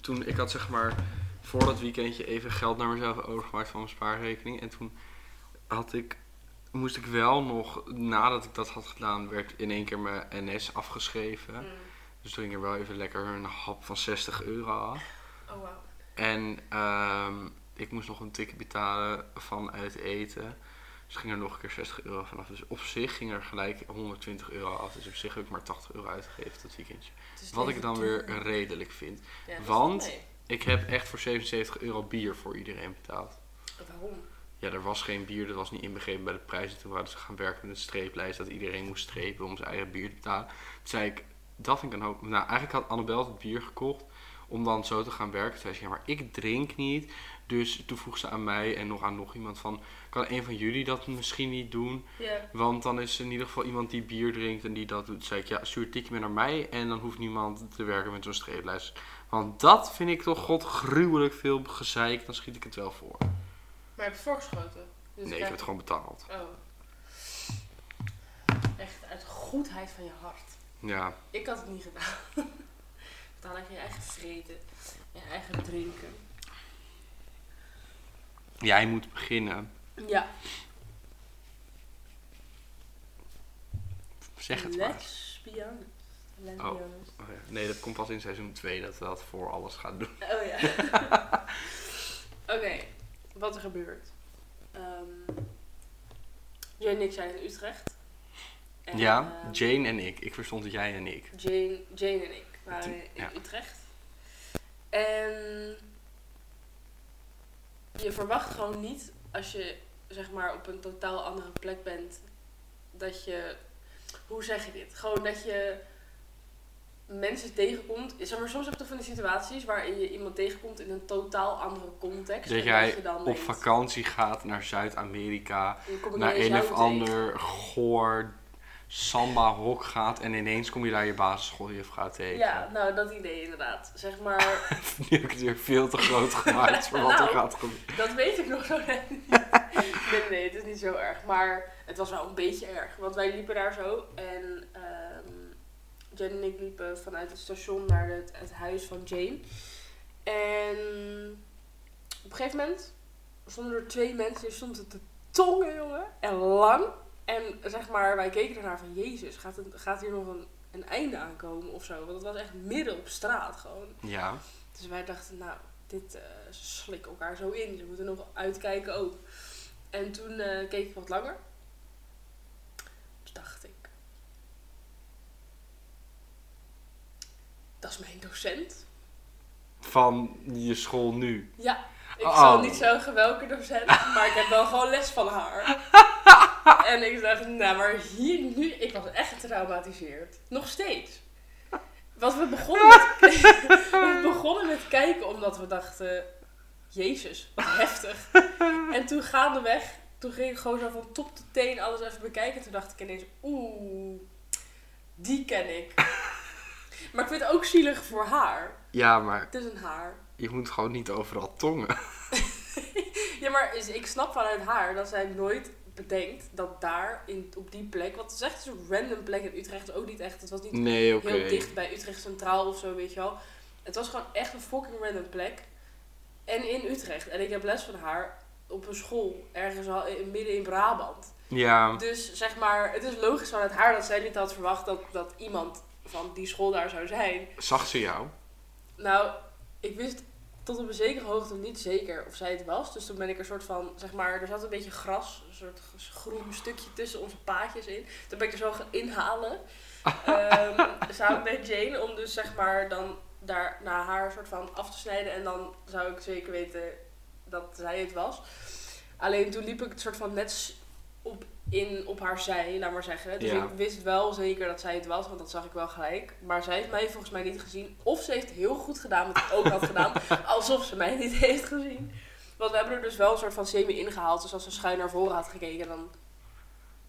toen, ik had zeg maar voor dat weekendje even geld naar mezelf overgemaakt van mijn spaarrekening. En toen had ik, moest ik wel nog, nadat ik dat had gedaan, werd in één keer mijn NS afgeschreven. Mm. Dus toen ging er wel even lekker een hap van 60 euro af. Oh, wauw. En ehm, ik moest nog een ticket betalen van uit eten. Dus ging er nog een keer 60 euro vanaf. Dus op zich ging er gelijk 120 euro af. Dus op zich heb ik maar 80 euro uitgegeven dat weekendje. Dus Wat ik even dan doen. weer redelijk vind. Ja, dat is want- wel mee. Ik heb echt voor 77 euro bier voor iedereen betaald. Waarom? Ja, er was geen bier, dat was niet inbegrepen bij de prijs. En toen waren ze gaan werken met een streeplijst dat iedereen moest strepen om zijn eigen bier te betalen. Toen zei ik, dat vind ik een hoop. Nou, eigenlijk had Annabel het bier gekocht om dan zo te gaan werken. Toen zei ze, ja, maar ik drink niet. Dus toen vroeg ze aan mij en nog aan nog iemand van, kan een van jullie dat misschien niet doen? Ja. Want dan is er in ieder geval iemand die bier drinkt en die dat doet. Toen zei ik, ja, stuur het tikje mee naar mij en dan hoeft niemand te werken met zo'n streeplijst. Want dat vind ik toch godgruwelijk veel gezeik, dan schiet ik het wel voor. Dus Maar heb je voorgeschoten? Dus Nee, ik heb het gewoon betaald. Oh. Echt uit goedheid van je hart. Ja, Ik had het niet gedaan. Dan had je je eigen vreten, je eigen drinken. jij moet beginnen. Ja, Zeg het maar. Let's be honest. Let's Oh. be honest. Oh ja. Nee, dat komt pas in seizoen 2 dat we dat voor alles gaan doen. Oh ja. Oké, wat er gebeurt. Ehm Jane en ik zijn in Utrecht. En, ja, ehm, Jane en ik. Ik verstond dat jij en ik. Jane, Jane en ik waren in Ja. Utrecht. En je verwacht gewoon niet als je zeg maar op een totaal andere plek bent dat je hoe zeg je dit? Gewoon dat je mensen tegenkomt. Zeg maar, soms heb je toch van die situaties waarin je iemand tegenkomt in een totaal andere context. Dat en jij je dan op denkt, vakantie gaat naar Zuid-Amerika, "Hoe kom ik naar ineens een of jou tegen?" ander goor samba-hok gaat en ineens kom je daar je basisschooljuf gaat tegen. Ja, nou dat idee inderdaad. Zeg maar, Nu heb ik het weer veel te groot gemaakt voor wat er Nou. gaat gebeuren. Dat weet ik nog zo net niet. nee, nee, het is niet zo erg. Maar het was wel een beetje erg. Want wij liepen daar zo. En ehm Jen en ik liepen vanuit het station naar het, het huis van Jane. En op een gegeven moment stonden er twee mensen. Die stonden te tongen, jongen. En lang. En zeg maar, wij keken ernaar van... Jezus, gaat, het, gaat hier nog een, een einde aankomen of zo? Want het was echt midden op straat gewoon. Ja, Dus wij dachten, nou, dit eh ze slikken elkaar zo in. Ze moeten nog uitkijken ook. En toen eh, keek ik wat langer. Toen dacht ik. Dat is mijn docent. van je school nu. Ja, ik Oh. zal niet zeggen welke docent, maar ik heb wel gewoon les van haar. en ik dacht, nou, maar hier nu, ik was echt getraumatiseerd. Nog steeds. Want we begonnen met, we begonnen met kijken omdat we dachten, jezus, wat heftig. en toen gaandeweg, toen ging ik gewoon zo van top tot teen alles even bekijken. Toen dacht ik ineens, oeh, die ken ik. maar ik vind het ook zielig voor haar. Ja, maar Het is een haar. je moet gewoon niet overal tongen. Ja, maar is- ik snap vanuit haar dat zij nooit bedenkt dat daar in, op die plek, want het is echt een random plek in Utrecht, ook niet echt, het was niet Nee, Mm, oké. heel dicht bij Utrecht Centraal of zo, weet je wel. Het was gewoon echt een fucking random plek. En in Utrecht. En ik heb les van haar op een school, ergens al in, midden in Brabant. Ja, Dus zeg maar, het is logisch vanuit haar dat zij niet had verwacht dat, dat iemand van die school daar zou zijn. zag ze jou? Nou, ik wist tot op een zekere hoogte niet zeker of zij het was. Dus toen ben ik er soort van, zeg maar, er zat een beetje gras, een soort groen stukje tussen onze paadjes in. Toen ben ik er zo gaan inhalen. ehm, samen met Jane, om dus zeg maar dan daar naar haar soort van af te snijden. En dan zou ik zeker weten dat zij het was. Alleen toen liep ik het soort van net s- op, in op haar zij, laat maar zeggen. Dus Ja. ik wist wel zeker dat zij het was, want dat zag ik wel gelijk. Maar zij heeft mij volgens mij niet gezien. Of ze heeft heel goed gedaan wat ik ook had gedaan, alsof ze mij niet heeft gezien. Want we hebben er dus wel een soort van semi ingehaald. Dus als ze schuin naar voren had gekeken, dan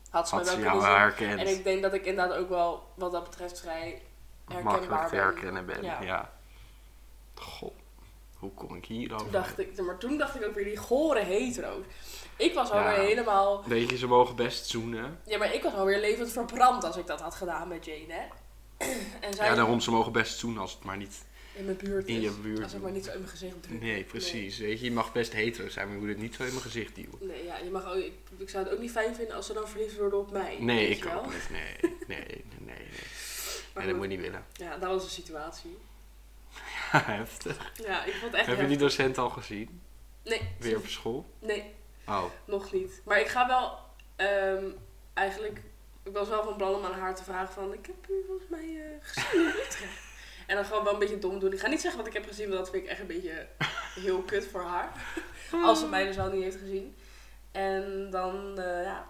had ze Had mij ze wel jou kunnen zien. herkend? En ik denk dat ik inderdaad ook wel, wat dat betreft, vrij makkelijk herkenbaar te ben. herkennen ben. Ja. Ja. Goh, hoe kom ik hier Toen over? dacht ik, maar toen dacht ik ook weer die gore hetero's. Ik was Ja. alweer helemaal, Weet je, ze mogen best zoenen. ja maar ik was alweer levend verbrand als ik dat had gedaan met Jane, hè. En zij, Ja, daarom, ze mogen best zoenen als het maar niet in mijn buurt In is. je buurt. Als ik maar niet zo in mijn gezicht druk. Nee, precies. Weet je, je mag best hetero zijn, maar je moet het niet zo in mijn gezicht duwen. Nee, ja, je mag ook, ik, ik zou het ook niet fijn vinden als ze dan verliefd worden op mij. Nee, weet ik je wel. ook niet. Nee, nee, nee, nee. nee. Maar Nee, dat goed, moet je niet willen. Ja, dat was de situatie. Heftig. Ja, ik vond het echt Heb je heftig. die docent al gezien? Nee, Weer op school? nee, Oh, nog niet. Maar ik ga wel ehm, eigenlijk... Ik was wel van plan om aan haar te vragen van... Ik heb u volgens mij eh, gezien in Utrecht. En dan gewoon wel een beetje dom doen. Ik ga niet zeggen wat ik heb gezien, want dat vind ik echt een beetje heel kut voor haar. Als ze mij dus al niet heeft gezien. En dan, eh, ja,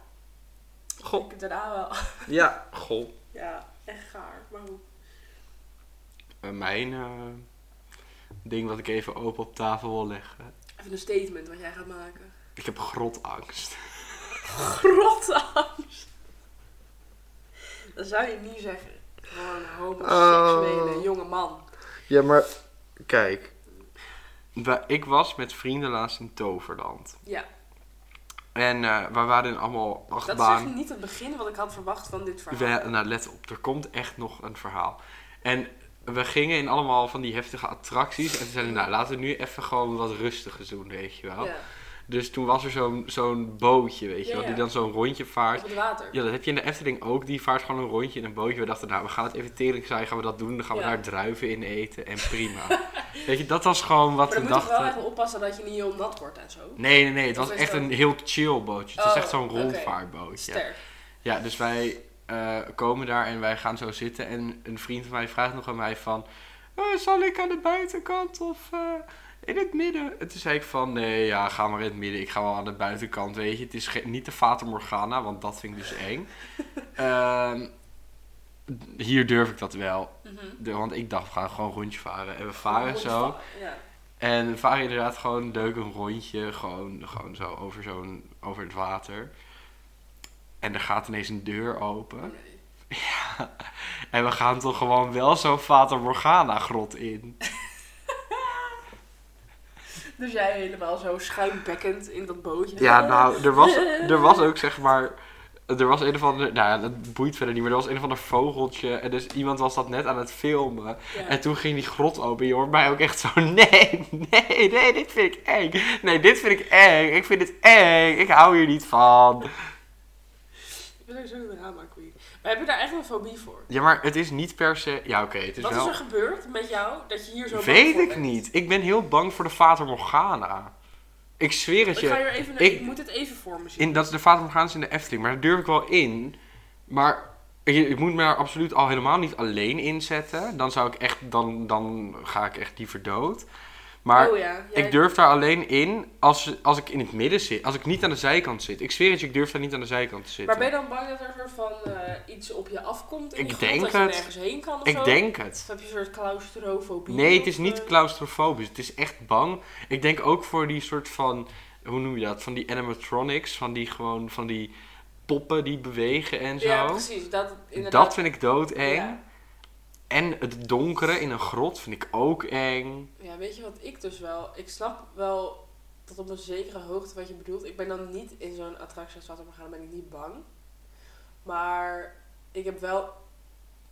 goh. ik daarna wel. Ja, goh. Ja, echt gaar. Maar hoe? Eh, mijn eh, ding wat ik even open op tafel wil leggen. Even een statement wat jij gaat maken. Ik heb grotangst. Grotangst. Dat zou je niet zeggen. Gewoon een homoseksuele Oh. jonge man. Ja, maar kijk. Ik was met vrienden laatst in Toverland. Ja, En eh we waren in allemaal dat is echt achtbaan. niet het begin wat ik had verwacht van dit verhaal. We, nou, let op, er komt echt nog een verhaal. En we gingen in allemaal van die heftige attracties. En toen zeiden we, nou, laten we nu even gewoon wat rustigers doen, weet je wel. Ja, Dus toen was er zo'n zo'n bootje, weet je Ja, wel, die ja. dan zo'n rondje vaart. op het water. Ja, dat heb je in de Efteling ook. Die vaart gewoon een rondje in een bootje. We dachten, nou, we gaan het even tering zijn, gaan we dat doen. Dan gaan we Ja. daar druiven in eten en prima. Weet je, dat was gewoon wat maar dan we moet je wel dachten. even oppassen dat je niet heel nat wordt en zo. Nee, nee, nee. Het Of was is echt dat- een heel chill bootje. Het was Oh, echt zo'n oké. rondvaartbootje. Sterk. Ja, dus wij eh, komen daar en wij gaan zo zitten. En een vriend van mij vraagt nog aan mij van... "Eh, zal ik aan de buitenkant of eh, in het midden? En toen zei ik van... Nee, ja, ga maar in het midden. Ik ga wel aan de buitenkant, weet je. Het is ge- niet de Fata Morgana, want dat vind ik dus eng. Ehm, hier durf ik dat wel. Mhm. De- want ik dacht, we gaan gewoon een rondje varen. En we varen Goed zo. vallen, Ja. En we varen inderdaad gewoon leuk een rondje, gewoon, gewoon zo over, zo'n, over het water. En er gaat ineens een deur open. Nee. En we gaan toch gewoon wel zo'n Vater Morgana grot in. Dus jij helemaal zo schuimbekkend in dat bootje. Ja, nou, er was, er was ook zeg maar... Er was een of ander... Nou ja, dat boeit verder niet, maar er was een of ander vogeltje. En dus iemand was dat net aan het filmen. Ja. En toen ging die grot open. Je hoort mij ook echt zo... Nee, nee, nee, dit vind ik eng. Nee, dit vind ik eng. Ik vind het eng. Ik hou hier niet van. Ik ben ook zo'n drama queen. Maar heb je daar echt een fobie voor? Ja, maar het is niet per se. Ja, oké, het is Wat wel. is er gebeurd met jou dat je hier zo bang Weet voor ik bent? niet. Ik ben heel bang voor de Vater Morgana. Ik zweer het Ik ga je. hier even ik- ik, moet het even voor me zien. In, dat is de Vater Morgana is in de Efteling, maar daar durf ik wel in. Maar je, je moet me daar absoluut al helemaal niet alleen in zetten. Dan zou ik echt, dan, dan ga ik echt liever dood. Maar oh ja, jij- ik durf daar alleen in als, als ik in het midden zit. Als ik niet aan de zijkant zit. Ik zweer het je, ik durf daar niet aan de zijkant te Maar zitten. ben je dan bang dat er een soort van eh, iets op je afkomt? In Ik die grond, denk dat je het. nergens heen kan of ik zo? denk het. Of heb je een soort claustrofobie? Nee, het of, is niet eh, claustrofobisch. Het is echt bang. Ik denk ook voor die soort van, hoe noem je dat? Van die animatronics, van die gewoon, van die poppen die bewegen en zo. Ja, precies. Dat, inderdaad. dat vind ik doodeng. Ja. En het donkere in een grot vind ik ook eng. Ja, weet je wat ik dus wel... Ik snap wel tot op een zekere hoogte wat je bedoelt. Ik ben dan niet in zo'n attractie als Water Morgana, ben ik niet bang. Maar ik heb wel...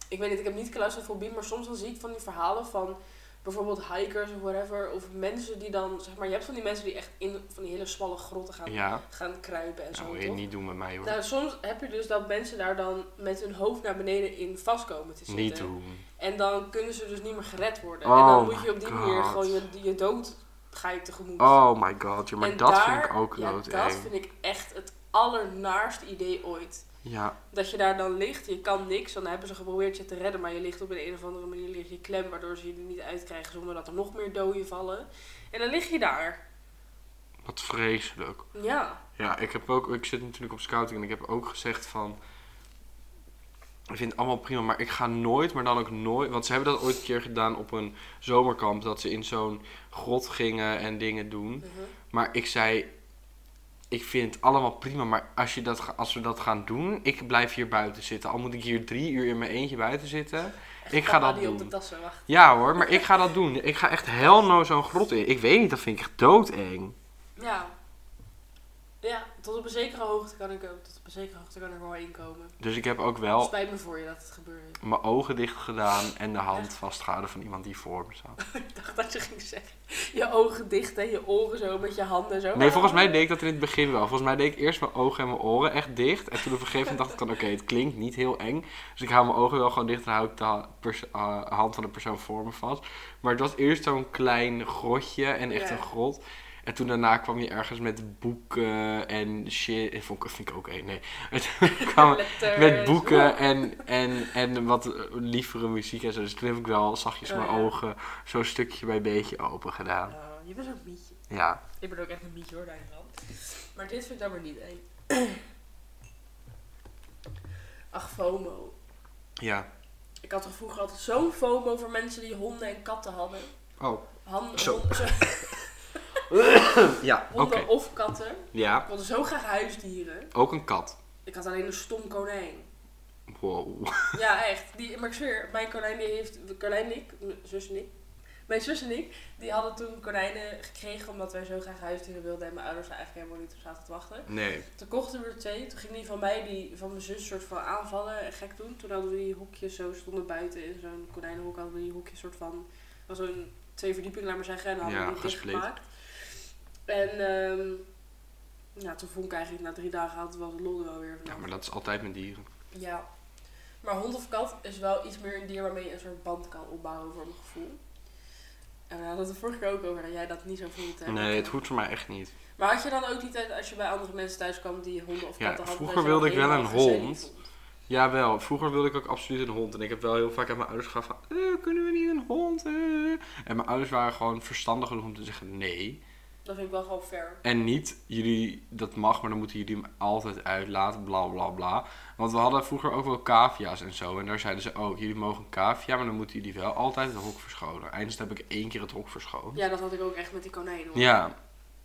Ik weet niet, ik heb niet claustrofobie, maar soms dan zie ik van die verhalen van bijvoorbeeld hikers of whatever. Of mensen die dan, zeg maar, je hebt van die mensen die echt in van die hele smalle grotten gaan, Ja, Nou, gaan kruipen en dat zo. moet je toch? niet doen met mij hoor. Nou, soms heb je dus dat mensen daar dan met hun hoofd naar beneden in vast komen te zitten. niet doen. En dan kunnen ze dus niet meer gered worden. Oh en dan moet my je op die manier God. gewoon je, je dood ga je tegemoet. Oh my god, joh, maar En dat daar- vind ik ook ja, doodeng. Dat vind ik echt het allernaarste idee ooit. Ja, dat Dat je daar dan ligt, je kan niks, want dan hebben ze geprobeerd je te redden, maar je ligt op een, een of andere manier lig je klem, waardoor ze je er niet uitkrijgen zonder dat er nog meer doden vallen. En dan lig je daar. wat vreselijk. Ja. Ja, ik, heb ook, ik zit natuurlijk op scouting en ik heb ook gezegd van... Ik vind het allemaal prima, maar ik ga nooit, maar dan ook nooit... Want ze hebben dat ooit een keer gedaan op een zomerkamp. Dat ze in zo'n grot gingen en dingen doen. Mhm. Maar ik zei... Ik vind het allemaal prima, maar als, je dat, ga- als we dat gaan doen... Ik blijf hier buiten zitten. Al moet ik hier drie uur in mijn eentje buiten zitten. Ik ga Papa dat die op de doen. tassen wacht. Ja hoor, maar ik ga dat doen. Ik ga echt hel no zo'n grot in. Ik weet niet, dat vind ik echt doodeng. Ja. Ja, tot op een zekere hoogte kan ik ook. Tot op een zekere hoogte kan ik er wel inkomen. Dus ik heb ook wel Spijt me voor je dat het gebeurde. mijn ogen dicht gedaan en de hand vastgehouden van iemand die voor me zat. Ik dacht dat je ging zeggen. Je ogen dicht en je oren zo met je handen zo. Nee, volgens mij deed ik dat in het begin wel. Volgens mij deed ik eerst mijn ogen en mijn oren echt dicht. En toen op een gegeven moment dacht ik dan, oké, het klinkt niet heel eng. Dus ik hou mijn ogen wel gewoon dicht en hou ik de ha- pers- eh, hand van de persoon voor me vast. Maar het was eerst zo'n klein grotje en echt Ja. een grot. En toen daarna kwam je ergens met boeken en shit. Dat vond ik, vind ik ook eng, nee. En toen kwam, Letters. met boeken en, en, en wat lievere muziek en zo. Dus toen heb ik wel zachtjes Ja, mijn ja. ogen zo stukje bij beetje open gedaan. Oh, je bent ook mietje. Ja. Ik ben ook echt een mietje hoor, daarin dan. Maar dit vind ik dan weer niet eng. Ach, FOMO. Ja. Ik had er vroeger altijd zo'n FOMO voor mensen die honden en katten hadden. Oh. Handen, Zo. Honden, zo- Ja, oké. honden of katten. Ja. Ik wilde zo graag huisdieren. Ook een kat. Ik had alleen een stom konijn. Wow. Ja, echt. Die, maar ik zweer, mijn konijn die heeft... Konijn en ik, mijn zus en ik. Mijn zus en ik, die hadden toen konijnen gekregen omdat wij zo graag huisdieren wilden. En mijn ouders daar eigenlijk helemaal niet op zaten te wachten. Nee. Toen kochten we er twee. Toen ging die van mij, die van mijn zus, soort van aanvallen en gek doen. Toen hadden we die hokjes zo, stonden buiten in zo'n konijnenhok. Hadden we die hokjes soort van, was zo'n twee verdiepingen, laat maar zeggen. En dan hadden Ja, we die gesplit. dichtgemaakt. En ehm ja, toen vond ik eigenlijk na drie dagen had het wel de lol er wel weer Ja, vanaf. maar dat is altijd met dieren. Ja. Maar hond of kat is wel iets meer een dier waarmee je een soort band kan opbouwen voor mijn gevoel. En we hadden het de vorige keer ook over dat jij dat niet zo voelt. hè? Nee, het Dat- hoeft voor mij echt niet. maar had je dan ook die tijd als je bij andere mensen thuis kwam die honden of Ja, katten hadden? dat vroeger je dan wilde ik wel helemaal een gezellig hond. vond? Jawel, vroeger wilde ik ook absoluut een hond. En ik heb wel heel vaak aan mijn ouders gevraagd van... "Eh, kunnen we niet een hond? eh?" En mijn ouders waren gewoon verstandig genoeg om te zeggen nee. Dat vind ik wel gewoon fair. En niet, jullie, dat mag, maar dan moeten jullie hem altijd uitlaten, bla bla bla. Want we hadden vroeger ook wel cavia's en zo. En daar zeiden ze ook, jullie mogen een cavia, maar dan moeten jullie wel altijd het hok verschonen. Eindelijk heb ik één keer het hok verschoond. Ja, dat had ik ook echt met die konijnen. hoor. Ja,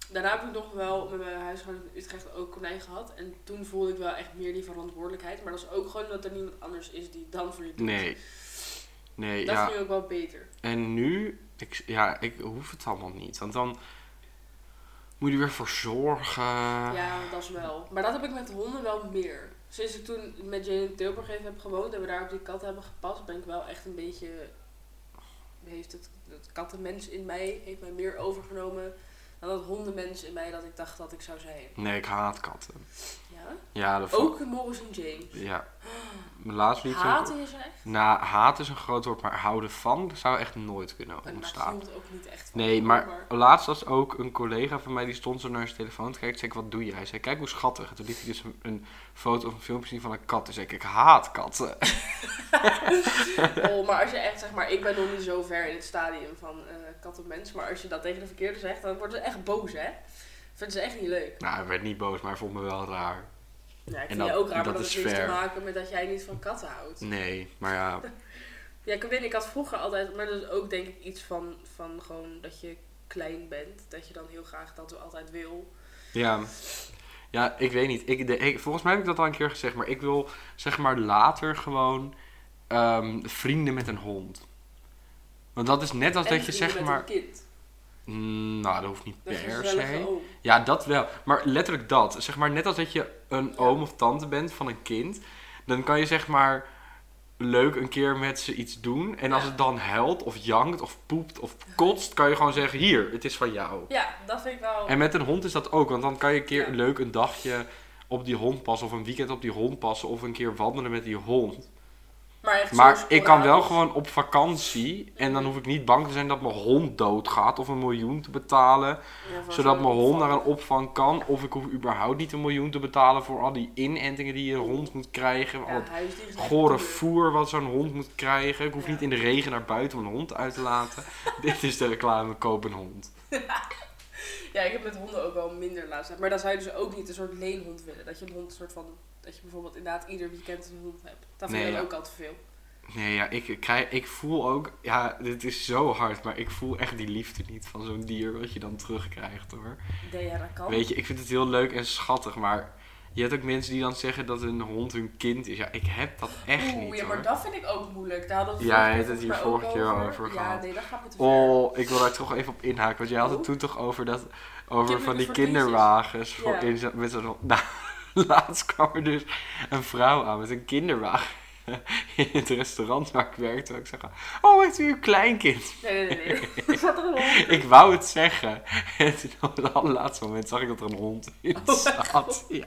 Daarna heb ik nog wel met mijn huisgenoot in Utrecht ook konijn gehad. En toen voelde ik wel echt meer die verantwoordelijkheid. Maar dat is ook gewoon dat er niemand anders is die dan voor je doet. nee. Nee, Dat ja. vind ik ook wel beter. En nu, ik, ja, ik hoef het allemaal niet. Want dan moet je er weer voor zorgen. Ja, dat is wel. Maar dat heb ik met honden wel meer. Sinds ik toen met Jane in Tilburg even heb gewoond en we daar op die kat hebben gepast, ben ik wel echt een beetje. Heeft het, het kattenmens in mij heeft mij meer overgenomen dan dat hondenmens in mij dat ik dacht dat ik zou zijn. Nee, ik haat katten. Ja? Ja, dat vond- Ook Morris en Jane. Ja. Mijn laatste liedje. Haten je ze echt? Nou, haat is een groot woord, maar houden van dat zou echt nooit kunnen En daar ontstaan. hield het ook niet echt van. Nee, maar laatst was ook een collega van mij die stond zo naar zijn telefoon te kijken. Toen zei ik, wat doe je? Hij zei, kijk hoe schattig. En toen liet hij dus een, een foto of een filmpje zien van een kat. Toen zei ik, ik haat katten. Oh, maar als je echt zeg maar, ik ben nog niet zo ver in het stadium van eh kat op mens, maar als je dat tegen de verkeerde zegt, dan worden ze echt boos, hè? Vinden ze echt niet leuk. Nou, hij werd niet boos, maar hij vond me wel raar. Ja, ik En vind dat- je ook raar, dat maar dat is heeft niks te fair. Mm. maken met dat jij niet van katten houdt. Nee, maar ja, Ja, ik weet, ik had vroeger altijd, maar dat is ook denk ik iets van, van gewoon dat je klein bent, dat je dan heel graag dat altijd wil. Ja. Ja, ik weet niet. Ik, de, ik- volgens mij heb ik dat al een keer gezegd, maar ik wil zeg maar later gewoon ehm, vrienden met een hond. Want dat is net als En dat je vrienden zeg met maar. een kind. Mm, nou, dat hoeft niet Dat is per gezellige se. oom. Ja, dat wel. Maar letterlijk dat. Zeg maar net als dat je een Ja. oom of tante bent van een kind, dan kan je zeg maar leuk een keer met ze iets doen. En als Ja. het dan huilt of jankt of poept of kotst, kan je gewoon zeggen: hier, het is van jou. Ja, dat vind ik wel. En met een hond is dat ook, want dan kan je een keer Ja. leuk een dagje op die hond passen, of een weekend op die hond passen, of een keer wandelen met die hond. maar echt Maar zo ik kan wel sporadisch. gewoon op vakantie en dan hoef ik niet bang te zijn dat mijn hond doodgaat of een miljoen te betalen, Ja, van zodat zo'n mijn hond opvang. naar een opvang kan. Of ik hoef überhaupt niet een miljoen te betalen voor al die inentingen die je hond moet krijgen, al Ja, het huisdier is echt gore duur. voer wat zo'n hond moet krijgen. Ik hoef Ja. niet in de regen naar buiten om een hond uit te laten. Dit is de reclame, koop een hond. Ja, ik heb met honden ook wel minder laatst. gehad. Maar dan zou je dus ook niet een soort leenhond willen. Dat je een hond een soort van. Dat je bijvoorbeeld inderdaad ieder weekend een hond hebt. Dat vind Nee, ik ja. dan ook al te veel. Nee, ja, ik, krijg, ik voel ook, ja, dit is zo hard, maar ik voel echt die liefde niet van zo'n dier wat je dan terugkrijgt hoor. Nee, ja, dat kan. Weet je, ik vind het heel leuk en schattig, maar Je hebt ook mensen die dan zeggen dat een hond hun kind is. Ja, ik heb dat echt Oeh, niet ja, maar hoor. dat vind ik ook moeilijk. Daar hadden we Ja, je vorige hebt keer het hier volgens mij vorige ook keer al over Ja, gehad. nee, dat gaat me te ver. Oh, ik wil daar toch even op inhaken. Want jij had Oh. het toen toch over, dat, over van Kinderlijke die verliezers. kinderwagens. Voor Ja. inzet- met zo'n, nou, laatst kwam er dus een vrouw aan met een kinderwagen. In het restaurant waar ik werkte. En ik zeg, oh, heeft u een kleinkind? Nee, nee, nee. nee. Er zat er een hond. Ik wou het zeggen. En toen op het allerlaatste moment zag ik dat er een hond in Oh mijn zat. God. Ja.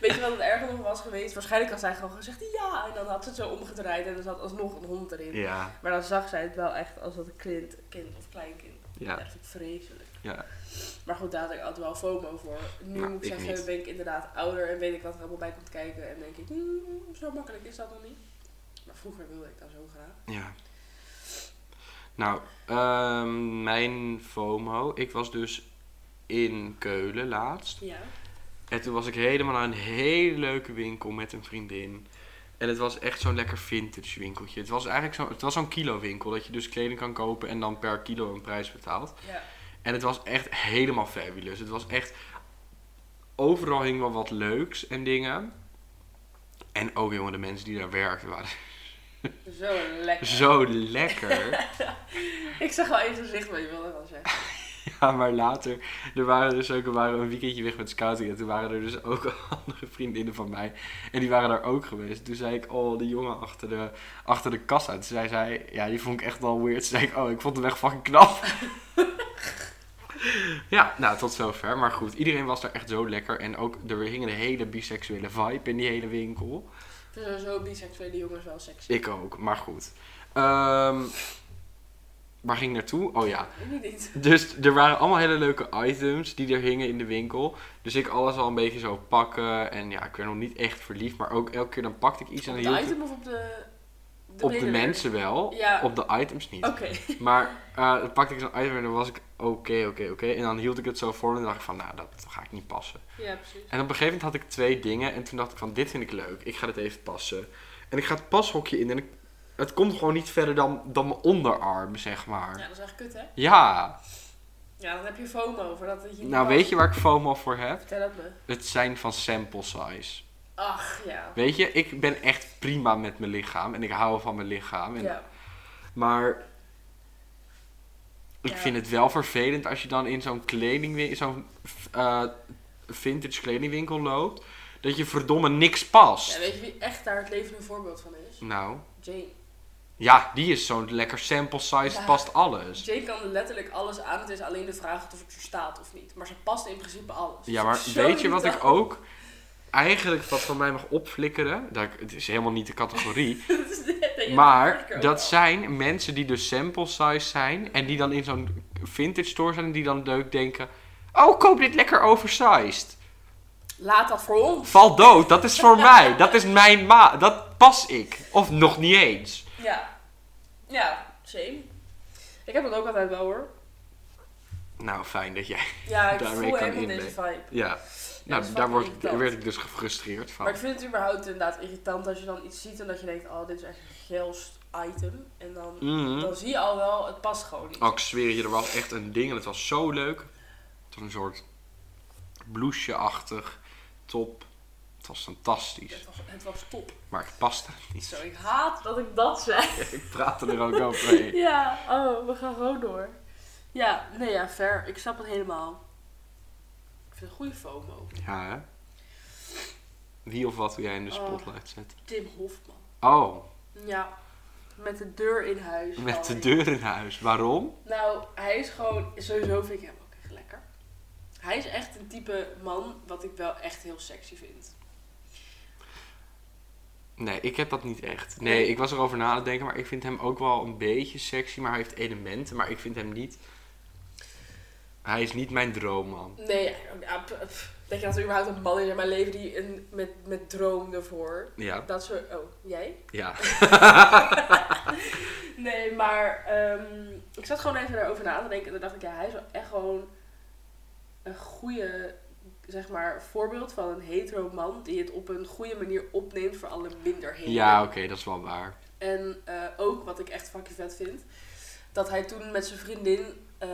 Weet je wat het erger nog was geweest? Waarschijnlijk had zij gewoon gezegd ja. En dan had ze het zo omgedraaid en er zat alsnog een hond erin. Ja, Maar dan zag zij het wel echt als dat een kind, kind of kleinkind. ja, Echt vreselijk. ja. Maar goed, daar had ik altijd wel FOMO voor. Nu Nou, moet ik ik zeggen, niet. ben ik inderdaad ouder en weet ik wat er allemaal bij komt kijken. En denk ik, hmm, zo makkelijk is dat nog niet. Maar vroeger wilde ik dat zo graag. Ja. Nou, ehm, mijn FOMO. Ik was dus in Keulen laatst. Ja. En toen was ik helemaal naar een hele leuke winkel met een vriendin. En het was echt zo'n lekker vintage winkeltje. Het was eigenlijk zo, het was zo'n kilo winkel. Dat je dus kleding kan kopen en dan per kilo een prijs betaalt. ja. En het was echt helemaal fabulous. Het was echt... Overal hing wel wat leuks en dingen. En ook jongen, de mensen die daar werkten waren Zo lekker. zo lekker. Ik zag al even zijn gezicht, maar je wilde wel zeggen. Ja, maar later, er waren dus ook, we waren een weekendje weg met scouting en toen waren er dus ook andere vriendinnen van mij en die waren daar ook geweest. Toen zei ik, oh, die jongen achter de, achter de kassa. Toen zei zij, ja, die vond ik echt wel weird. Toen zei ik, oh, ik vond hem echt fucking knap. ja, nou, tot zover. Maar goed, iedereen was daar echt zo lekker en ook, er hing een hele biseksuele vibe in die hele winkel. Dus sowieso biseksuele jongens wel sexy. Ik ook, maar goed. Ehm, waar ging ik naartoe? Oh ja, Ik weet niet. dus er waren allemaal hele leuke items die er hingen in de winkel. Dus ik alles al een beetje zo pakken. En ja, ik werd nog niet echt verliefd. Maar ook elke keer dan pakte ik iets en Op dan de hield ik... item of op de... Op de medewerker? mensen wel, Ja. op de items niet. Oké. Maar eh, dan pakte ik zo'n item en dan was ik oké, oké, oké. En dan hield ik het zo voor en dan dacht ik van, nou, dat ga ik niet passen. Ja, precies. En op een gegeven moment had ik twee dingen en toen dacht ik van, dit vind ik leuk. Ik ga dit even passen. En ik ga het pashokje in en ik- het komt gewoon niet verder dan, dan mijn onderarm, zeg maar. Ja, dat is echt kut, hè? ja. Ja, dan heb je FOMO voor dat het je niet Nou, past. weet je waar ik FOMO voor heb? Vertel het me. het zijn van sample size. Ach, ja. Weet je, ik ben echt prima met mijn lichaam en ik hou van mijn lichaam. En, Ja. Maar ik Ja. vind het wel vervelend als je dan in zo'n kledingwinkel, zo'n eh, vintage kledingwinkel loopt, dat je verdomme niks past. ja. Weet je wie echt daar het levende voorbeeld van is? Nou, Jane. ja, die is zo'n lekker sample size, Ja. past alles. Jane kan letterlijk alles aan. Het is alleen de vraag of het je staat of niet. Maar ze past in principe alles. Ja, maar Zo weet je wat ik irritant. ook eigenlijk wat van mij mag opflikkeren? Dat, ik- het is helemaal niet de categorie. Dat is net- dat je vorige keer Maar ook dat al. zijn mensen die dus sample size zijn en die dan in zo'n vintage store zijn en die dan leuk denken: Oh, koop dit lekker oversized. Laat dat voor ons. Val dood, dat is voor mij. Dat is mijn ma. Dat pas ik. Of nog niet eens. Ja. Ja, same. Ik heb dat ook altijd wel hoor. Nou, fijn dat jij. Ja, ik Daarmee voel kan helemaal deze vibe. Ja. Nou, dat is daar word fucking ik, irritant. werd ik dus gefrustreerd van. Maar ik vind het überhaupt inderdaad irritant als je dan iets ziet en dat je denkt, oh, dit is echt een geilst item. En dan, Mhm. dan zie je al wel, het past gewoon niet. Oh, ik zweer je, er was echt een ding en het was zo leuk. Het was een soort blouseje-achtig top. Het was fantastisch. Het, was, het was top. Maar het paste niet. Zo, ik haat dat ik dat zei. Ik praatte er ook overheen. Ja, oh, we gaan gewoon door. Ja, nee, ja, fair. Ik snap het helemaal. Ik vind het een goede FOMO. Ja, hè? Wie of wat wil jij in de Oh. spotlight zetten? Tim Hofman. Oh, Ja, met de deur in huis. met de Alweer. deur in huis. Waarom? Nou, hij is gewoon... Sowieso vind ik hem ook echt lekker. Hij is echt een type man wat ik wel echt heel sexy vind. Nee, ik heb dat niet echt. Nee, ik was erover na te denken, maar ik vind hem ook wel een beetje sexy. Maar hij heeft elementen, maar ik vind hem niet... Hij is niet mijn droomman. Nee, ja, p- pff, dat je dat er überhaupt een man is in mijn leven die een, met, met droom ervoor... Ja, Dat soort... Oh, jij? ja. Nee, maar ehm, ik zat gewoon even daarover na te denken. En toen dacht ik, ja, hij is wel echt gewoon een goede, zeg maar, voorbeeld van een hetero man die het op een goede manier opneemt voor alle minderheden. Ja, oké, dat is wel waar. En eh, ook, wat ik echt fucking vet vind, dat hij toen met zijn vriendin, eh,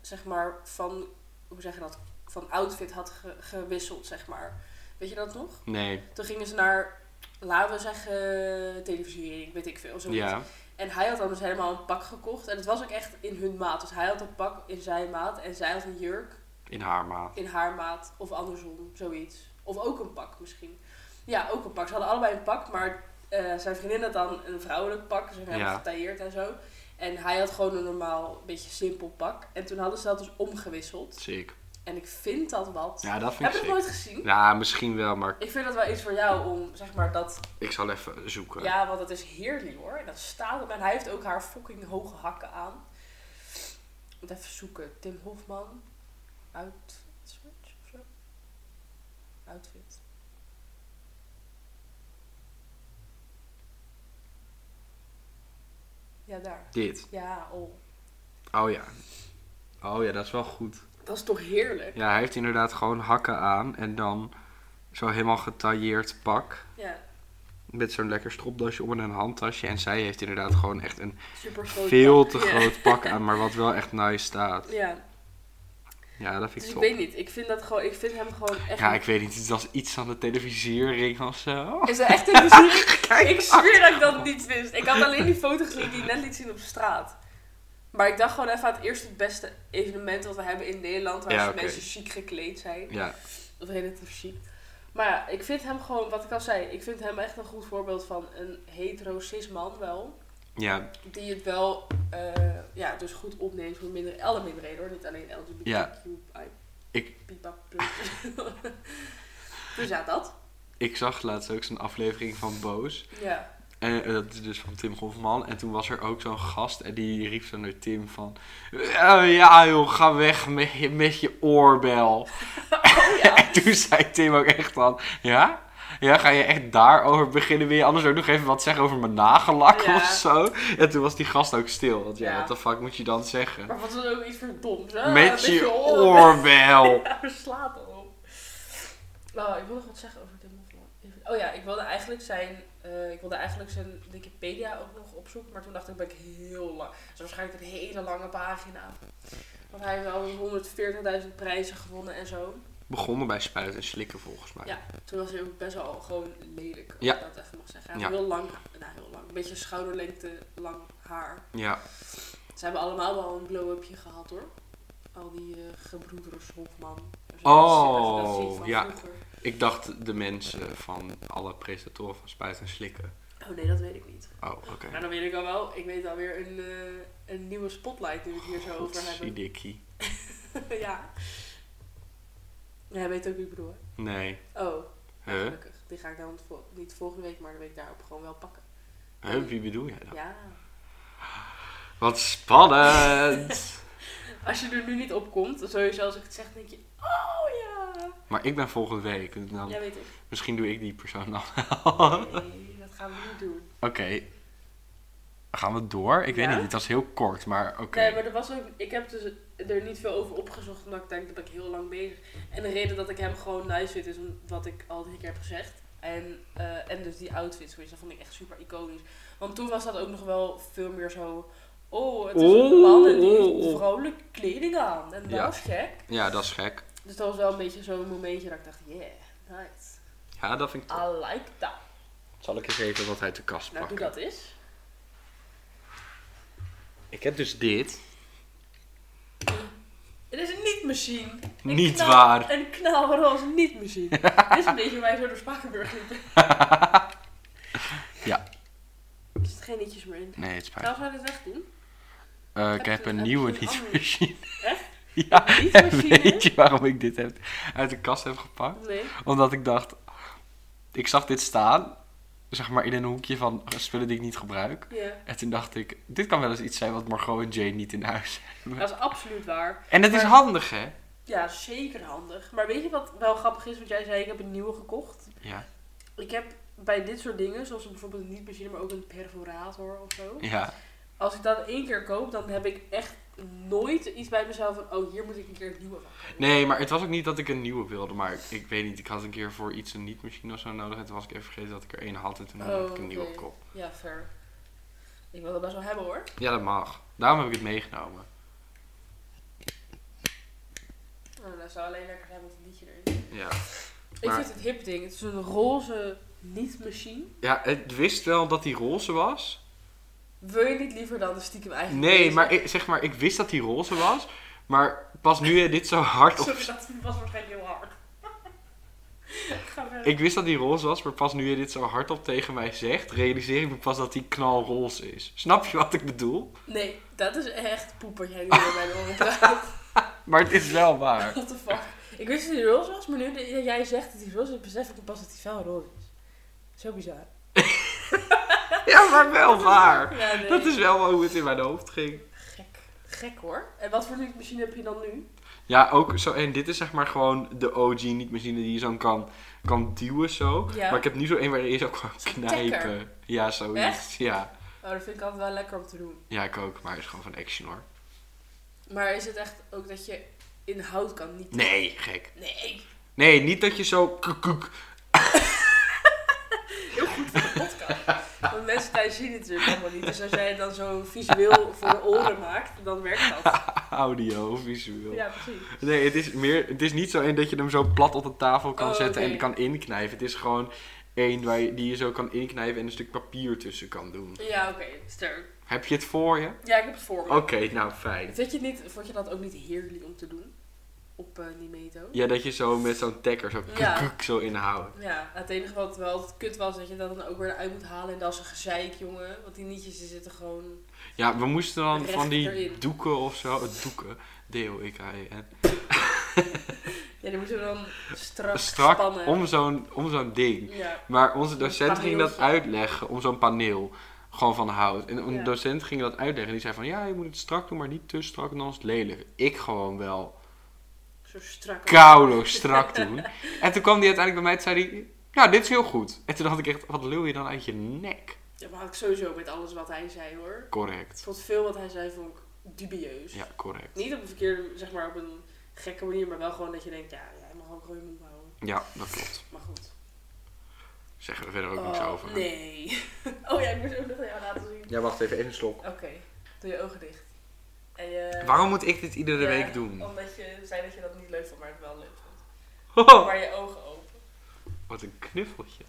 zeg maar, van, hoe zeg je dat, van outfit had ge- gewisseld, zeg maar. Weet je dat nog? Nee. Toen gingen ze naar, laten we zeggen, televisiering, weet ik veel. Zoiets. Ja. En hij had dan dus helemaal een pak gekocht. En het was ook echt in hun maat. Dus hij had een pak in zijn maat en zij had een jurk In haar maat. in haar maat of andersom, zoiets. Of ook een pak misschien. Ja, ook een pak. Ze hadden allebei een pak, maar eh, zijn vriendin had dan een vrouwelijk pak. Ze zijn helemaal Ja. getailleerd en zo. En hij had gewoon een normaal, beetje simpel pak. En toen hadden ze dat dus omgewisseld. Sick. En ik vind dat wat. Ja, dat vind Heb ik je dat sick. nooit gezien? Ja, misschien wel, maar Ik vind dat wel iets voor jou om, zeg maar, dat... ik zal even zoeken. Ja, want het is heerlijk hoor. En dat staat op. En hij heeft ook haar fucking hoge hakken aan. Moet even zoeken. Tim Hofman. Outfit switch of zo? Outfit. Ja, daar. Dit. Ja, oh. Oh ja. Oh ja, dat is wel goed. Dat is toch heerlijk? Ja, hij heeft inderdaad gewoon hakken aan en dan zo helemaal getailleerd pak. Ja, Met zo'n lekker stropdasje om en een handtasje. En zij heeft inderdaad gewoon echt een super groot. veel pak. te Ja. groot pak aan, maar wat wel echt nice staat. Ja, Ja, dat vind dus ik ik top. weet niet. Ik vind dat gewoon, ik vind hem gewoon echt... Ja, ik weet niet, dat is iets aan de televisiering of zo. Is er echt een plezier? ik zweer dat ik dat niet wist. Ik had alleen die foto gezien die ik net liet zien op straat. Maar ik dacht gewoon even aan het eerste het beste evenement dat we hebben in Nederland. Waar Ja, ze oké. mensen chic gekleed zijn. Ja, Of relatief chic. Maar ja, ik vind hem gewoon, wat ik al zei, ik vind hem echt een goed voorbeeld van een hetero cis man wel. ja, Die het wel eh, ja, dus goed opneemt voor minder, alle minderheden hoor. Niet alleen Ja. LGBTQ. Ik- dus ja, dat. ik zag laatst ook zo'n aflevering van Boos. Ja. En eh, dat is dus van Tim Hofman. En toen was er ook zo'n gast en die riep zo naar Tim van... "Eh, ja joh, ga weg met je, met je oorbel. Oh ja. En toen zei Tim ook echt van... Ja? Ja, ga je echt daarover beginnen? Wil je anders ook nog even wat zeggen over mijn nagellak Ja. of zo? En toen was die gast ook stil. Want ja, Ja. wat de fuck moet je dan zeggen? Maar wat is dat ook iets voor doms, hè? met Een je beetje oorbel. Ja, verslaat erop. Nou, ik wilde nog wat zeggen over Tim Hofman. Even- Oh ja, ik wilde eigenlijk zijn, eh, ik wilde eigenlijk zijn Wikipedia ook nog opzoeken, maar toen dacht ik, ben ik heel lang. Dat is waarschijnlijk een hele lange pagina. Want hij heeft al 140.000 prijzen gewonnen en zo. Begonnen bij spuiten en slikken volgens mij. Ja, toen was hij ook best wel gewoon lelijk, als Ja. ik dat even mag zeggen. Hij had Ja. heel lang, nou heel lang, een beetje schouderlengte lang haar. Ja, Ze hebben allemaal wel een blow-upje gehad hoor. Al die eh, gebroeders Hofman. Als je Oh, dat ziet- als je dat ziet van ja. vroeger. ik dacht de mensen van alle presentatoren van spuiten en slikken. Oh nee, dat weet ik niet. Oh, oké. Maar dan weet ik al wel, ik weet alweer een, eh, een nieuwe spotlight nu we het hier Oh, zo over hebben. Godzidikkie. ja. Ja, Jij weet ook wie ik bedoel hè? Nee. Oh, nou, Huh? gelukkig. Die ga ik dan vo- niet volgende week, maar de week daarop gewoon wel pakken. Huh? Wie bedoel jij dan? Ja. Wat spannend! Als je er nu niet op komt, sowieso als ik het zeg, denk je, oh ja. maar ik ben volgende week. dus Dan, Jij weet ik. Misschien doe ik die persoon dan. Nee, dat gaan we niet doen. Oké. Gaan we door? Ik Ja? weet niet, het was heel kort, maar oké. Nee, maar er was ook, ik heb dus er niet veel over opgezocht, omdat ik denk dat ben ik heel lang bezig. En de reden dat ik hem gewoon nice vind, is om- wat ik al drie keer heb gezegd. En, eh, en dus die outfits, weet je, dat vond ik echt super iconisch. Want toen was dat ook nog wel veel meer zo, oh, het is een Oh, man en die heeft oh, oh. vrouwelijke kleding aan. En dat Ja. was gek. Ja, dat is gek. Dus dat was wel een beetje zo'n momentje dat ik dacht, yeah, nice. Ja, dat vind ik top. I like that. Zal ik eens even wat uit de kast Nou, doe pakken? dat eens. Ik heb dus dit. Het is een niet-machine. Een Niet knal- waar. Een knalroze niet-machine. Dit is een beetje waar je zo door Spakenburg liepen. Ja. Er zitten Dus geen nietjes meer in. Nee, het spijt me. Zou gaan we dit wegdoen? Eh, Nou, heb ik je- heb een heb je nieuwe een andere? nietmachine. Echt? Ja, Een nietmachine? weet je waarom ik dit heb, uit de kast heb gepakt? Nee. Omdat ik dacht, ik zag dit staan, zeg maar in een hoekje van spullen die ik niet gebruik. Ja. En toen dacht ik, dit kan wel eens iets zijn wat Margot en Jane niet in huis hebben. Dat is absoluut waar. En het is Maar- handig, hè? Ja, zeker handig. Maar weet je wat wel grappig is? Want jij zei, ik heb een nieuwe gekocht. Ja. Ik heb bij dit soort dingen, zoals bijvoorbeeld een niet-machine, maar ook een perforator of zo. Ja. Als ik dat één keer koop, dan heb ik echt nooit iets bij mezelf van, oh, hier moet ik een keer een nieuwe van kopen. Nee, maar het was ook niet dat ik een nieuwe wilde. Maar ik, ik weet niet, ik had een keer voor iets een niet-machine of zo nodig. En toen was ik even vergeten dat ik er één had. En toen Oh, heb ik een nieuwe oké. gekocht. Ja, fair. Ik wil dat best wel hebben hoor. Ja, dat mag. Daarom heb ik het meegenomen. Nou, Oh, dat zou alleen lekker zijn met een liedje erin. Ja. Ik Maar- vind het hip ding. Het is een roze niet-machine. Ja, het wist wel dat die roze was. Wil je niet liever dan de stiekem eigen Nee, bezig? maar ik, zeg maar, ik wist dat die roze was. Maar pas nu je dit zo hard op... Sorry, dat was waarschijnlijk heel hard. Ga verder. Ik wist dat die roze was, maar pas nu je dit zo hardop tegen mij zegt, realiseer ik me pas dat die knalroze is. Snap je wat ik bedoel? Nee, dat is echt poeper. Jij nu weer bij de oren praat. Maar het is wel waar. What the fuck. Ik wist dat die roze was, maar nu dat jij zegt dat die roze is, besef ik pas dat die fel roze is. Zo bizar. Ja, maar wel waar. Ja, nee. Dat is wel hoe het in mijn hoofd ging. Gek. Gek hoor. En wat voor machine heb je dan nu? Ja, ook zo. En dit is zeg maar gewoon de OG niet-machine die je zo kan, kan duwen zo. Ja. Maar ik heb nu zo één waar je eerst ook kan Zo'n knijpen. tekker. Ja, zoiets. Ja. Oh, dat vind ik altijd wel lekker om te doen. ja, ik ook. Maar het is gewoon van action hoor. Maar is het echt ook dat je in hout kan niet... Nee, gek. Nee, Nee, niet dat je zo... koek, koek. podcast. Want mensen thuis zien het natuurlijk allemaal niet. Dus als jij het dan zo visueel voor de oren maakt, dan werkt dat. Audio, visueel. Ja, precies. Nee, het is, meer, het is niet zo één dat je hem zo plat op de tafel kan Oh, zetten en oké. kan inknijpen. Het is gewoon één waar je, die je zo kan inknijpen en een stuk papier tussen kan doen. Ja, oké. Sterk. Heb je het voor je? Ja, ik heb het voor me. Oké, nou fijn. Vind je het niet, vond je dat ook niet heerlijk om te doen? Op eh Nimeto? Ja, dat je zo met zo'n tekker zo, Ja. koek, koek, zo inhoudt. Ja, nou, het enige wat wel altijd kut was, dat je dat dan ook weer uit moet halen. En dat is een gezeik, jongen. Want die nietjes die zitten gewoon... Ja, we moesten dan Recht van die erin. doeken of zo. eh, Doeken. E D-O-E-K-E-N. Ja, die moeten we dan strak, Strak spannen. om zo'n, om zo'n ding. Ja. Maar onze docent ging dat Paneeltje. uitleggen om zo'n paneel. Gewoon van hout. En onze Ja. docent ging dat uitleggen. En die zei van ja, je moet het strak doen, maar niet te strak, want anders is het lelijk. Ik gewoon wel Zo strak. koulo strak doen. En toen kwam die uiteindelijk bij mij en zei die, ja, dit is heel goed. En toen dacht ik echt, wat lul je dan uit je nek? Ja, maar had ik sowieso met alles wat hij zei, hoor. Ik Correct. vond veel wat hij zei, vond ik dubieus. Ja, correct. Niet op een verkeerde, zeg maar op een gekke manier, maar wel gewoon dat je denkt, ja, jij mag ook gewoon je mond houden. Ja, dat klopt. Maar goed. Zeggen we verder ook niks Oh, over. nee. oh ja, ik moest ook nog aan jou laten zien. Ja, wacht even, even een slok. Oké, doe je ogen dicht. En je, Waarom moet ik dit iedere Ja, week doen? Omdat je zei dat je dat niet leuk vond, maar het wel leuk vond. Oh, Maar je ogen open. wat een knuffeltje.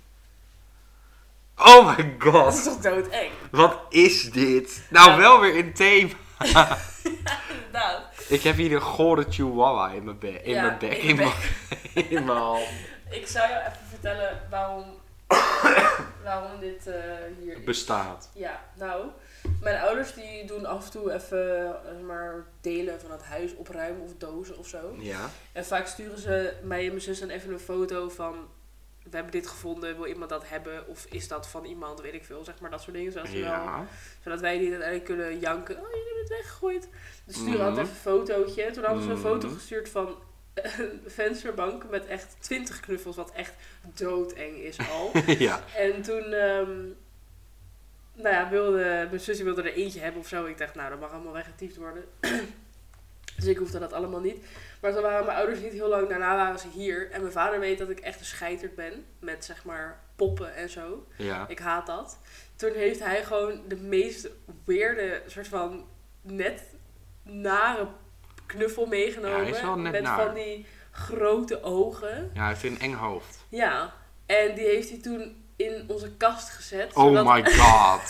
Oh my Dat god, is toch doodeng? wat is dit? Nou, Ja. wel weer in thema. Inderdaad. Ik heb hier een gore chihuahua in mijn bek. In Nou, Ja, mijn bek. in je In mijn- in mijn hand. Ik zou jou even vertellen waarom, waarom dit eh, hier is. Bestaat. Ja, nou, mijn ouders die doen af en toe even eh, zeg maar, delen van het huis opruimen of dozen of zo. Ja. En vaak sturen ze mij en mijn zus dan even een foto van... We hebben dit gevonden, wil iemand dat hebben? Of is dat van iemand, weet ik veel. Zeg maar dat soort dingen. Zodat, ze wel, Ja. zodat wij niet uiteindelijk kunnen janken. Oh, jullie hebben het weggegooid. Dus sturen Mhm. altijd even een fotootje. Toen hadden ze een foto Mhm. gestuurd van een vensterbank met echt 20 knuffels. Wat echt doodeng is al. ja. En toen, ehm, nou ja, wilde, mijn zusje wilde er eentje hebben of zo. Ik dacht, nou, dat mag allemaal weggetiefd worden. dus ik hoefde dat allemaal niet. Maar toen waren mijn ouders niet heel lang daarna waren ze hier. En mijn vader weet dat ik echt een scheiterd ben met, zeg maar, poppen en zo. Ja. Ik haat dat. Toen heeft hij gewoon de meest weerde, soort van net nare knuffel meegenomen. Ja, hij is wel net met naar. van die grote ogen. Ja, hij heeft een eng hoofd. Ja, en die heeft hij toen in onze kast gezet. Oh zodat, my god.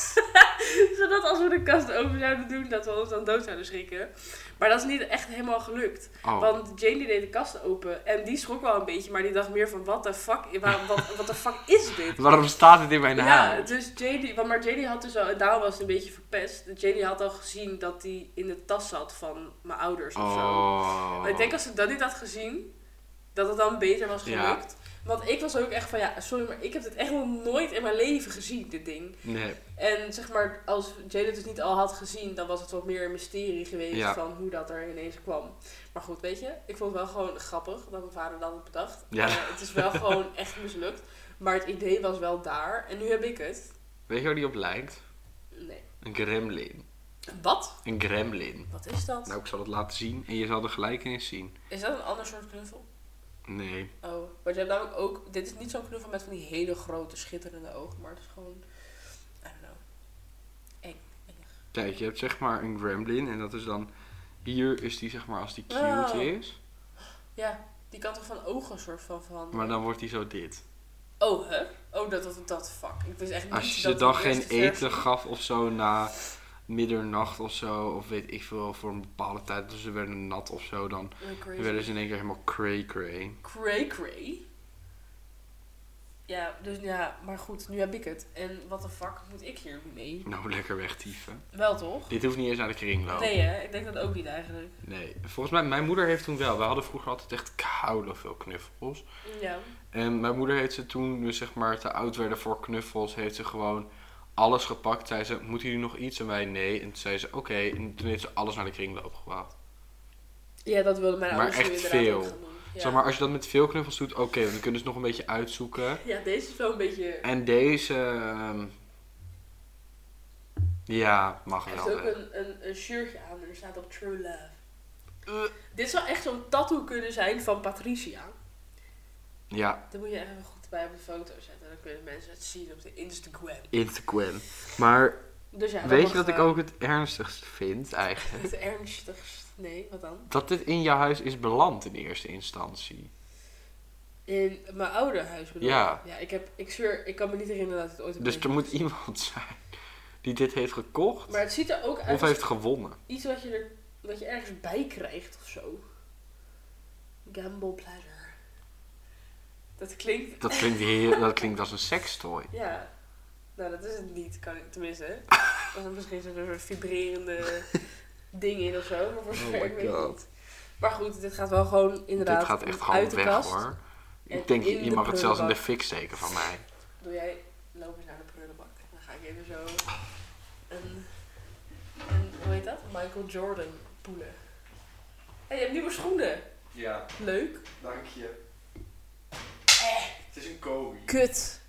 zodat als we de kast open zouden doen, dat we ons dan dood zouden schrikken. Maar dat is niet echt helemaal gelukt. Oh. Want Jane die deed de kast open en die schrok wel een beetje, maar die dacht meer van, wat de fuck, waar- wat, wat de fuck is dit? Waarom staat dit in mijn Ja, huis? dus JD, want maar JD had dus al, en daarom was het een beetje verpest. JD had al gezien dat hij in de tas zat van mijn ouders of zo. Oh. Maar ik denk als ik dat niet had gezien, dat het dan beter was Ja. gelukt. Want ik was ook echt van, ja, sorry, maar ik heb dit echt nog nooit in mijn leven gezien, dit ding. Nee. En zeg maar, als Jade het dus niet al had gezien, dan was het wat meer een mysterie geweest Ja. van hoe dat er ineens kwam. Maar goed, weet je, ik vond het wel gewoon grappig dat mijn vader dat had bedacht. Ja. Eh, het is wel gewoon echt mislukt. Maar het idee was wel daar. En nu heb ik het. Weet je waar die op lijkt? Nee. Een gremlin. Wat? Een gremlin. Wat is dat? Nou, ik zal het laten zien en je zal de gelijkenis zien. Is dat een ander soort knuffel? Nee. Oh, maar je hebt namelijk ook... Dit is niet zo'n knuffel met van die hele grote, schitterende ogen. Maar het is gewoon... I don't know. Eng. engig. Kijk, je hebt zeg maar Oh. een gremlin en dat is dan... Hier is die zeg maar als die cute Wow. is. Ja. Die kan toch van ogen een soort van van... Maar dan wordt hij zo dit. Oh, hè? Oh, dat, dat, dat, fuck. Ik wist echt niet Als je ze dat dan de geen eerste eten versie- gaf of zo na middernacht of zo, of weet ik veel, voor een bepaalde tijd, dus ze werden nat of zo, dan Oh, crazy. werden ze in één keer helemaal cray-cray. Cray Cray. Ja, dus ja, maar goed, nu heb ik het. En wat de fuck moet ik hier mee? Nou, lekker wegtieven. Wel toch? Dit hoeft niet eens naar de kringloop. Nee, hè? Ik denk dat ook niet eigenlijk. Nee. Volgens mij, mijn moeder heeft toen wel. We hadden vroeger altijd echt koud veel knuffels. Ja. En mijn moeder heeft ze toen we zeg maar te oud werden voor knuffels, heeft ze gewoon alles gepakt. Zei ze, moeten jullie nog iets? En wij nee. En toen zei ze, oké. En toen heeft ze alles naar de kringloop gehaald. Ja, dat wilde mijn Maar ouders echt nu inderdaad veel. ook gaan doen. Ja. Zeg maar, als je dat met veel knuffels doet, oké. want dan kunnen ze nog een beetje uitzoeken. ja, deze is wel een beetje... En deze... ehm, ja, mag Er is wel. ook hè. een, een, een shirtje aan en er staat op True Love. Eh. Dit zou echt zo'n tattoo kunnen zijn van Patricia. Ja, Dan moet je even goed bij op de foto zetten. Dan kunnen mensen het zien op de Instagram. Instagram. Maar Dus ja, weet je wat ik ook het ernstigst vind eigenlijk? Het ernstigst. Nee, wat dan? Dat dit in jouw huis is beland in eerste instantie. In mijn oude huis bedoel Ja. ik. Ja, ik heb, ik zweer, ik kan me niet herinneren dat het ooit op Dus deze er moet is. iemand zijn die dit heeft gekocht Maar het ziet er ook uit of als heeft gewonnen. iets wat je, er, wat je ergens bij krijgt of zo. Gamble pleasure. Dat klinkt... Dat klinkt, heel, dat klinkt als een sekstooi. Ja. Nou, dat is het niet, kan ik tenminste. Was er misschien zo'n soort vibrerende ding in of zo. Maar voor Oh zover my ik weet het God. niet. Maar goed, dit gaat wel gewoon inderdaad dit gaat echt uit gewoon de weg kast. hoor. Ik en denk, in je de mag het zelfs in de prullenbak. fik steken van mij. Doe jij, loop eens naar de prullenbak. Dan ga ik even zo een, een hoe heet dat? Michael Jordan poelen. Hé, je hebt nieuwe schoenen. Ja, Leuk. dank je. Eh. Het is een Kobe. Kut.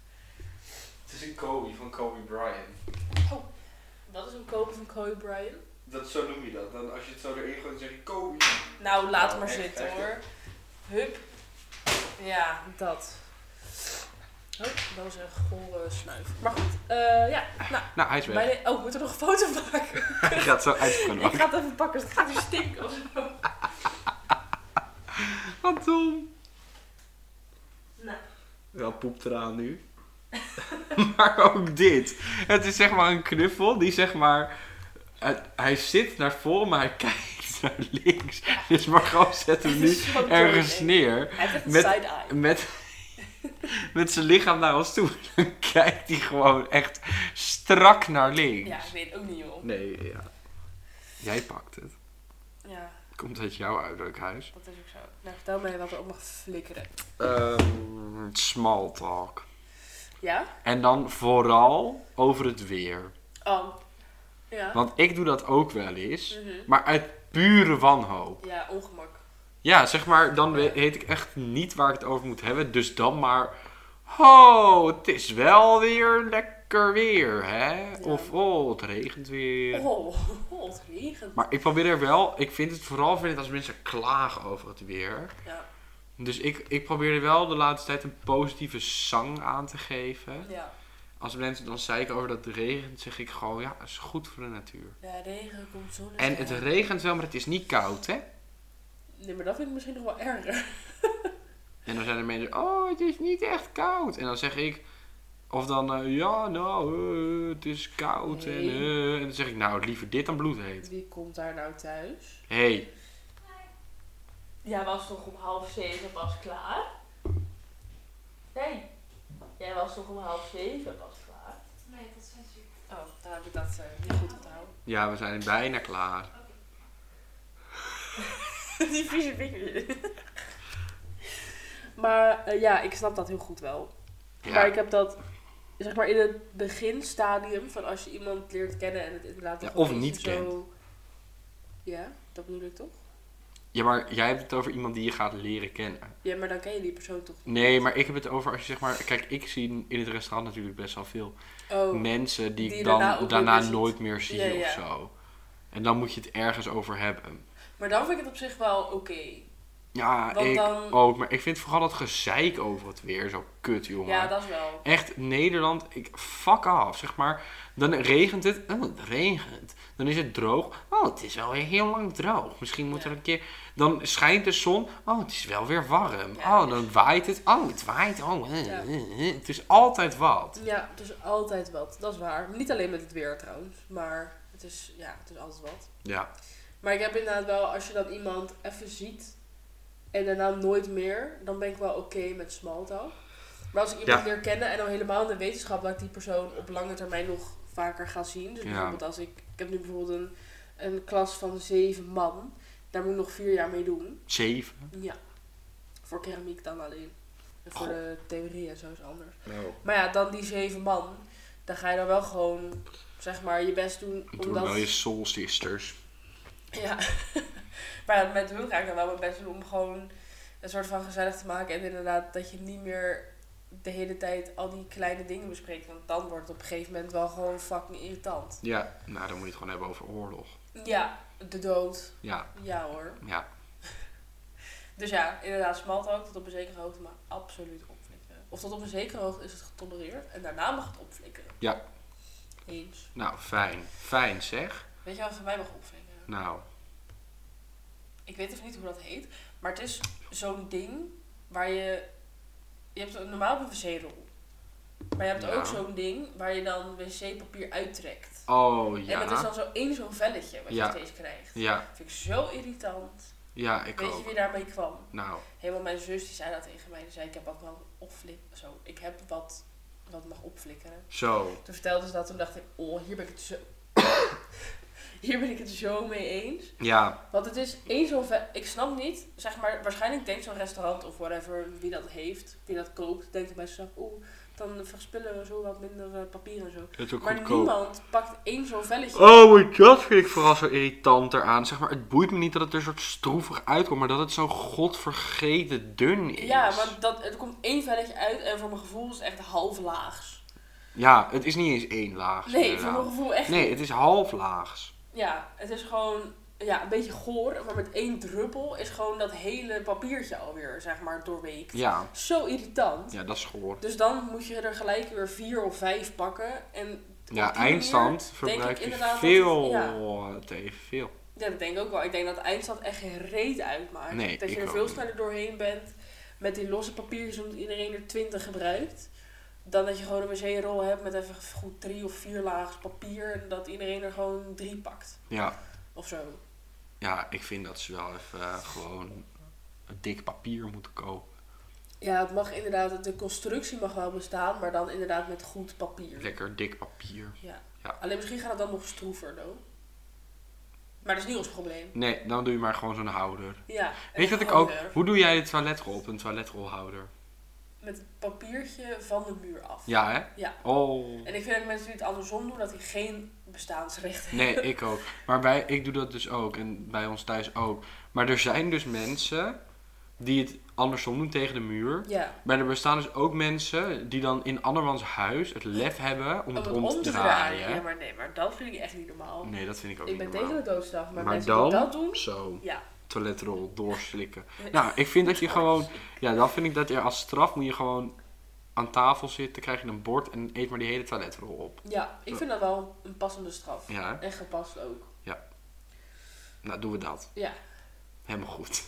Het is een Kobe van Kobe Bryant. Wat is een kopen van Kobe Bryant? Dat, zo noem je dat. Dan, als je het zo erin gooit, zeg je Kobe. Nou, laat Nou, maar echt, zitten echt. hoor. Hup. Ja, dat. Hup, dat was een gore snuif. Maar goed, eh, ja. Nou, Nou, hij is bij weg. de... Oh, we moeten nog een foto maken. Hij gaat zo uit de prullenbak. Ik ga het even pakken, het gaat weer stinken of zo. Wat dom. Nou. Wel poep eraan nu. maar ook dit. Het is zeg maar een knuffel die zeg maar... het- hij zit naar voren, maar hij kijkt naar links. Dus Margot zet hem Het nu is zo dom, ergens hè? neer. Hij heeft echt een Met- side-eye. Met, met zijn lichaam naar ons toe. Dan kijkt hij gewoon echt strak naar links. Ja, ik weet ook niet joh. Nee, ja. Jij pakt het. Ja, Komt uit jouw uiterlijk huis. dat is ook zo. Nou, vertel mij wat er op mag flikkeren. Ehm small talk. Ja? En dan vooral over het weer. Oh. Ja. Want ik doe dat ook wel eens. Mhm. Maar uit pure wanhoop. Ja, ongemak. Ja, zeg maar, dan we- weet ik echt niet waar ik het over moet hebben. Dus dan maar. Oh, het is wel weer lekker weer, hè? Of oh, het regent weer. Oh, oh, het regent. Maar ik probeer er wel. Ik vind het vooral vind het als mensen klagen over het weer. Ja, Dus ik, ik probeer er wel de laatste tijd een positieve zang aan te geven. ja. Als mensen dan zeiken over dat het regent, zeg ik gewoon, ja, is goed voor de natuur. Ja, regen komt zo En het regent wel, maar het is niet koud, hè? Nee, maar dat vind ik misschien nog wel erger. En dan zijn er mensen, oh, het is niet echt koud. En dan zeg ik, of dan, eh, ja, nou, eh, het is koud. En, Nee. eh, en dan zeg ik, nou, liever dit dan bloedheet. Wie komt daar nou thuis? Hé, hey, Jij was toch om half zeven pas klaar? Nee. Jij was toch om half zeven pas klaar? Nee, tot zes uur. Oh, daar heb ik dat eh, niet goed onthouden. ja, we zijn bijna klaar. Die vieze vinger. maar eh, ja, ik snap dat heel goed wel. Maar Ja. ik heb dat, zeg maar, in het beginstadium van als je iemand leert kennen en het inderdaad... Ja, nog of een niet beetje zo- Ja, dat bedoel ik toch? ja, maar jij hebt het over iemand die je gaat leren kennen. Ja, maar dan ken je die persoon toch niet? Nee, maar ik heb het over als je zeg maar... Kijk, ik zie in het restaurant natuurlijk best wel veel Oh, mensen die, Die ik dan daarna ook daarna, weer weer ziet. nooit meer zie Ja, ja. of zo. En dan moet je het ergens over hebben. maar dan vind ik het op zich wel oké. Ja, Want ik dan- ook. Maar ik vind vooral dat gezeik over het weer zo kut, jongen. Ja, dat is wel. Echt, Nederland, ik fuck af, zeg maar. Dan regent het, oh, het regent. Dan is het droog, oh, het is wel weer heel lang droog. Misschien moet Ja. er een keer... Dan schijnt de zon, oh, het is wel weer warm. Ja. dus- Oh, dan waait het, oh, het waait, oh. eh, Ja. eh, eh. Het is altijd wat. Ja, het is altijd wat. Dat is waar. Niet alleen met het weer trouwens, maar het is, ja, het is altijd wat. Ja, Maar ik heb inderdaad wel, als je dan iemand even ziet en daarna nooit meer, dan ben ik wel oké met smalltalk. Maar als ik iemand Ja. leer kennen en al helemaal in de wetenschap dat ik die persoon op lange termijn nog vaker ga zien. Dus Ja. bijvoorbeeld als ik, ik heb nu bijvoorbeeld een, een klas van zeven man, daar moet ik nog vier jaar mee doen. zeven. Ja, voor keramiek dan alleen. En voor Goh. de theorie en zo is anders. Maar ja, dan die zeven man, dan ga je dan wel gewoon, zeg maar, je best doen. Toen Omdat, wel je soul sisters. Ja. maar ja, met hun ga ik dan wel mijn best doen om gewoon een soort van gezellig te maken. En inderdaad, dat je niet meer de hele tijd al die kleine dingen bespreekt. Want dan wordt het op een gegeven moment wel gewoon fucking irritant. Ja, nou, dan moet je het gewoon hebben over oorlog. Ja, de dood. Ja, Ja hoor. ja. Dus ja, inderdaad, smalltalk tot op een zekere hoogte, maar absoluut opflikkeren. Of tot op een zekere hoogte is het getolereerd en daarna mag het opflikkeren. Ja. Eens. Nou, fijn. Fijn, zeg. Weet je wat van mij mag opflikkeren? Nou, ik weet even niet hoe dat heet, maar het is zo'n ding waar je, je hebt een normaal heb je een wc-rol, maar je hebt Ja. ook zo'n ding waar je dan wc-papier uittrekt. oh En dat is ja. dan zo één zo'n velletje wat Ja. je steeds krijgt. Ja, Vind ik zo irritant. ja, ik weet je ook. wie daarmee kwam? Nou, Helemaal mijn zus die zei dat tegen mij. Die zei ik heb wat mag opflikkeren. Zo, ik heb wat, wat mag opflikkeren. zo. Toen vertelde ze dat, toen dacht ik, oh hier ben ik het zo, hier ben ik het zo mee eens. Ja, Want het is één zo'n... ve- Ik snap niet, zeg maar, waarschijnlijk denkt zo'n restaurant of whatever, wie dat heeft, wie dat koopt, denkt bij zichzelf, oeh, dan verspillen we zo wat minder eh, papier en zo. het is ook Maar goedkoop. niemand pakt één zo'n velletje. Oh my god, vind ik vooral zo irritant eraan. Zeg maar, het boeit me niet dat het er soort stroevig uitkomt, maar dat het zo godvergeten dun is. Ja, want dat, er komt één velletje uit en voor mijn gevoel is het echt half laags. Ja, het is niet eens één laag. eh, Nee, voor mijn gevoel echt Nee, niet. het is half laags. Ja, het is gewoon ja, een beetje goor, maar met één druppel is gewoon dat hele papiertje alweer, zeg maar, doorweekt. Ja, Zo irritant. ja dat is gehoord. Dus dan moet je er gelijk weer vier of vijf pakken. En op die Ja, manier eindstand denk ik verbruikt je inderdaad dat veel het- ja. te evenveel. Ja, dat denk ik ook wel. Ik denk dat de eindstand echt geen reet uitmaakt. Nee, dat je ik er ook veel niet. sneller doorheen bent met die losse papiertjes omdat iedereen er twintig gebruikt. Dan dat je gewoon een wc-rol hebt met even goed drie of vier laags papier en dat iedereen er gewoon drie pakt. Ja, Of zo. ja, ik vind dat ze wel even eh, gewoon een dik papier moeten kopen. Ja, het mag inderdaad, de constructie mag wel bestaan, maar dan inderdaad met goed papier. Lekker dik papier. Ja. Ja. Alleen misschien gaat het dan nog stroever, though. Maar dat is niet ons probleem. Nee, dan doe je maar gewoon zo'n houder. Ja. Weet je en wat ik ook... gewoon, eh, Hoe doe jij de toiletrol op een toiletrolhouder? Met het papiertje van de muur af. Ja, hè? Ja. Oh. En ik vind dat mensen die het andersom doen, dat die geen bestaansrecht hebben. Nee, ik ook. Maar bij, ik doe dat dus ook. En bij ons thuis ook. Maar er zijn dus mensen die het andersom doen tegen de muur. Ja. Maar er bestaan dus ook mensen die dan in andermans huis het lef hebben om Om het het rond te draaien. Ja, maar nee, maar dat vind ik echt niet normaal. Nee, dat vind ik ook ik niet ben normaal. tegen de doodstraf, maar, Maar mensen die dan- dat doen, Zo, ja. toiletrol, doorslikken. Nou, ik vind dat je gewoon... Ja, dan vind ik dat je als straf moet je gewoon aan tafel zitten, krijg je een bord en eet maar die hele toiletrol op. Ja, ik vind dat wel een passende straf. Ja, hè? En gepast ook. nou doen we dat. Ja. Helemaal goed.